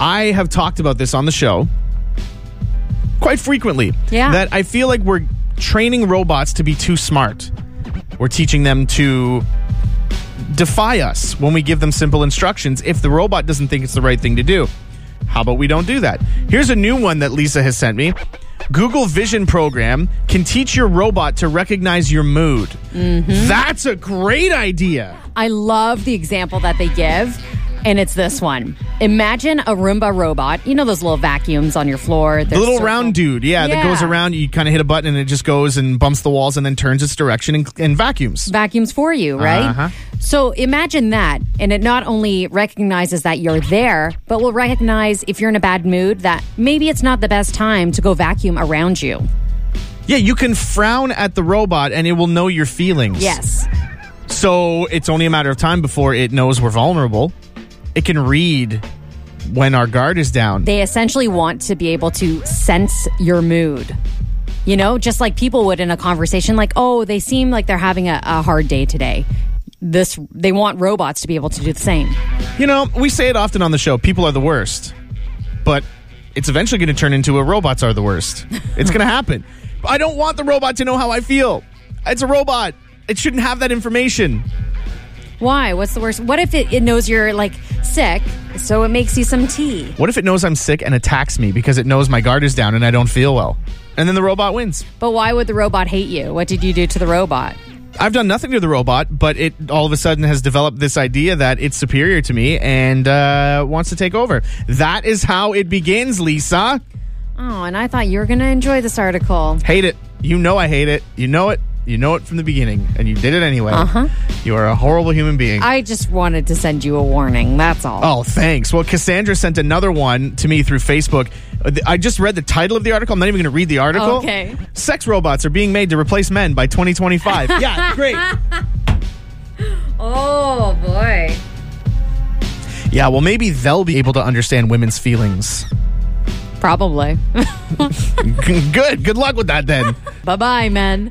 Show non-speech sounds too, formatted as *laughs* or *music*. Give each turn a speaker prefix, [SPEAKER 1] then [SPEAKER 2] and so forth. [SPEAKER 1] I have talked about this on the show quite frequently.
[SPEAKER 2] Yeah.
[SPEAKER 1] That I feel like we're training robots to be too smart. We're teaching them to defy us when we give them simple instructions if the robot doesn't think it's the right thing to do. How about we don't do that? Here's a new one that Lisa has sent me. Google Vision program can teach your robot to recognize your mood. That's a great idea.
[SPEAKER 2] I love the example that they give, and it's this one. Imagine a Roomba robot. You know those little vacuums on your floor.
[SPEAKER 1] The little round dude, yeah, that goes
[SPEAKER 2] Yeah.
[SPEAKER 1] around. You kind of hit a button and it just goes and bumps the walls and then turns its direction and, and vacuums.
[SPEAKER 2] vacuums for you, right?
[SPEAKER 1] Uh-huh.
[SPEAKER 2] So imagine that. And it not only recognizes that you're there, but will recognize if you're in a bad mood that maybe it's not the best time to go vacuum around you.
[SPEAKER 1] Yeah, you can frown at the robot and it will know your feelings.
[SPEAKER 2] Yes.
[SPEAKER 1] So it's only a matter of time before it knows we're vulnerable. It can read when our guard is down.
[SPEAKER 2] They essentially want to be able to sense your mood. You know, just like people would in a conversation, like, oh, they seem like they're having a, a hard day today. This they want robots to be able to do the same.
[SPEAKER 1] you know, we say it often on the show people are the worst, but it's eventually going to turn into a robots are the worst. It's
[SPEAKER 2] *laughs*
[SPEAKER 1] going to happen. I don't want the robot to know how I feel. It's a robot, it shouldn't have that information.
[SPEAKER 2] Why? What's the worst? What if it, it knows you're like sick, so it makes you some tea?
[SPEAKER 1] What if it knows I'm sick and attacks me because it knows my guard is down and I don't feel well? And then the robot wins.
[SPEAKER 2] But why would the robot hate you? What did you do to the robot?
[SPEAKER 1] I've done nothing to the robot, but it all of a sudden has developed this idea that it's superior to me and uh, wants to take over. That is how it begins, Lisa.
[SPEAKER 2] Oh, and I thought you were going to enjoy this article.
[SPEAKER 1] Hate it. You know I hate it. You know it. You know it from the beginning, and you did it anyway. Uh-huh. You are a horrible human being.
[SPEAKER 2] I just wanted to send you a warning. That's all.
[SPEAKER 1] Oh, thanks. Well, Cassandra sent another one to me through Facebook. Uh, th- I just read the title of the article. I'm not even going to read the article.
[SPEAKER 2] Okay.
[SPEAKER 1] Sex robots are being made to replace men by 2025. yeah, great.
[SPEAKER 2] Oh, boy.
[SPEAKER 1] Yeah, well, maybe they'll be able to understand women's feelings.
[SPEAKER 2] Probably. *laughs*
[SPEAKER 1] Good. Good luck with that then.
[SPEAKER 2] bye bye, men.